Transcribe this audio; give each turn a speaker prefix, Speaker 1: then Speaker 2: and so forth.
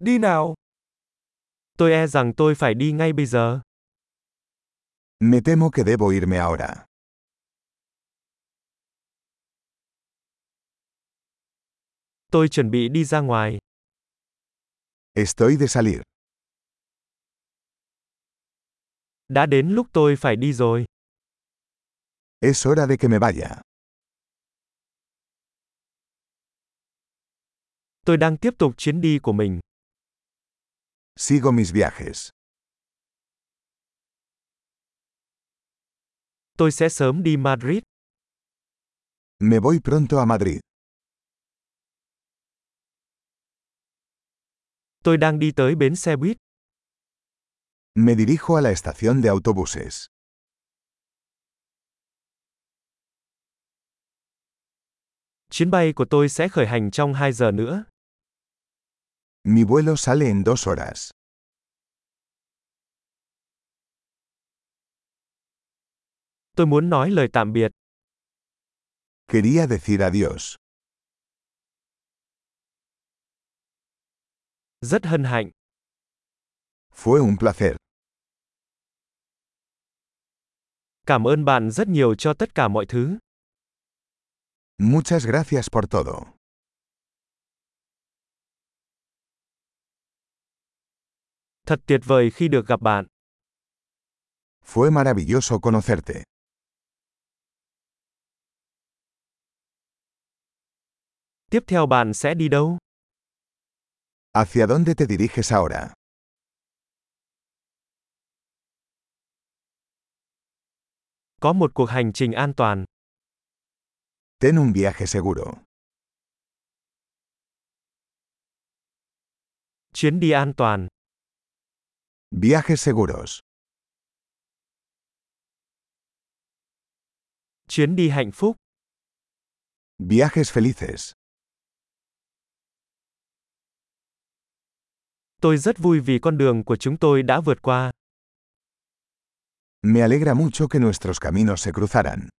Speaker 1: đi nào.
Speaker 2: Tôi e rằng tôi phải đi ngay bây giờ.
Speaker 3: Me temo que debo irme ahora.
Speaker 2: Tôi chuẩn bị đi ra ngoài.
Speaker 3: Estoy de salir.
Speaker 2: Đã đến lúc tôi phải đi rồi.
Speaker 3: Es hora de que me vaya.
Speaker 2: Tôi đang tiếp tục chuyến đi của mình.
Speaker 3: Sigo mis viajes.
Speaker 2: Tôi sẽ sớm đi Madrid.
Speaker 3: Me voy pronto a Madrid.
Speaker 2: Tôi đang đi tới bến xe buýt.
Speaker 3: Me dirijo a la estación de autobuses.
Speaker 2: Chuyến bay của tôi sẽ khởi hành trong 2 giờ nữa.
Speaker 3: Mi vuelo sale en dos horas.
Speaker 2: Tôi muốn nói lời tạm biệt.
Speaker 3: Quería decir adiós.
Speaker 2: Rất hân hạnh.
Speaker 3: Fue un placer.
Speaker 2: Cảm ơn bạn rất nhiều cho tất cả mọi thứ.
Speaker 3: Muchas gracias por todo.
Speaker 2: Thật tuyệt vời khi được gặp bạn.
Speaker 3: Fue maravilloso conocerte.
Speaker 2: Tiếp theo bạn sẽ đi đâu?
Speaker 3: ¿Hacia dónde te diriges ahora?
Speaker 2: Có một cuộc hành trình an toàn.
Speaker 3: Ten un viaje seguro.
Speaker 2: Chuyến đi an toàn.
Speaker 3: Viajes seguros.
Speaker 2: Chuyến đi hạnh phúc.
Speaker 3: Viajes felices.
Speaker 2: Tôi rất vui vì con đường của chúng tôi đã vượt qua.
Speaker 3: Me alegra mucho que nuestros caminos se cruzaran.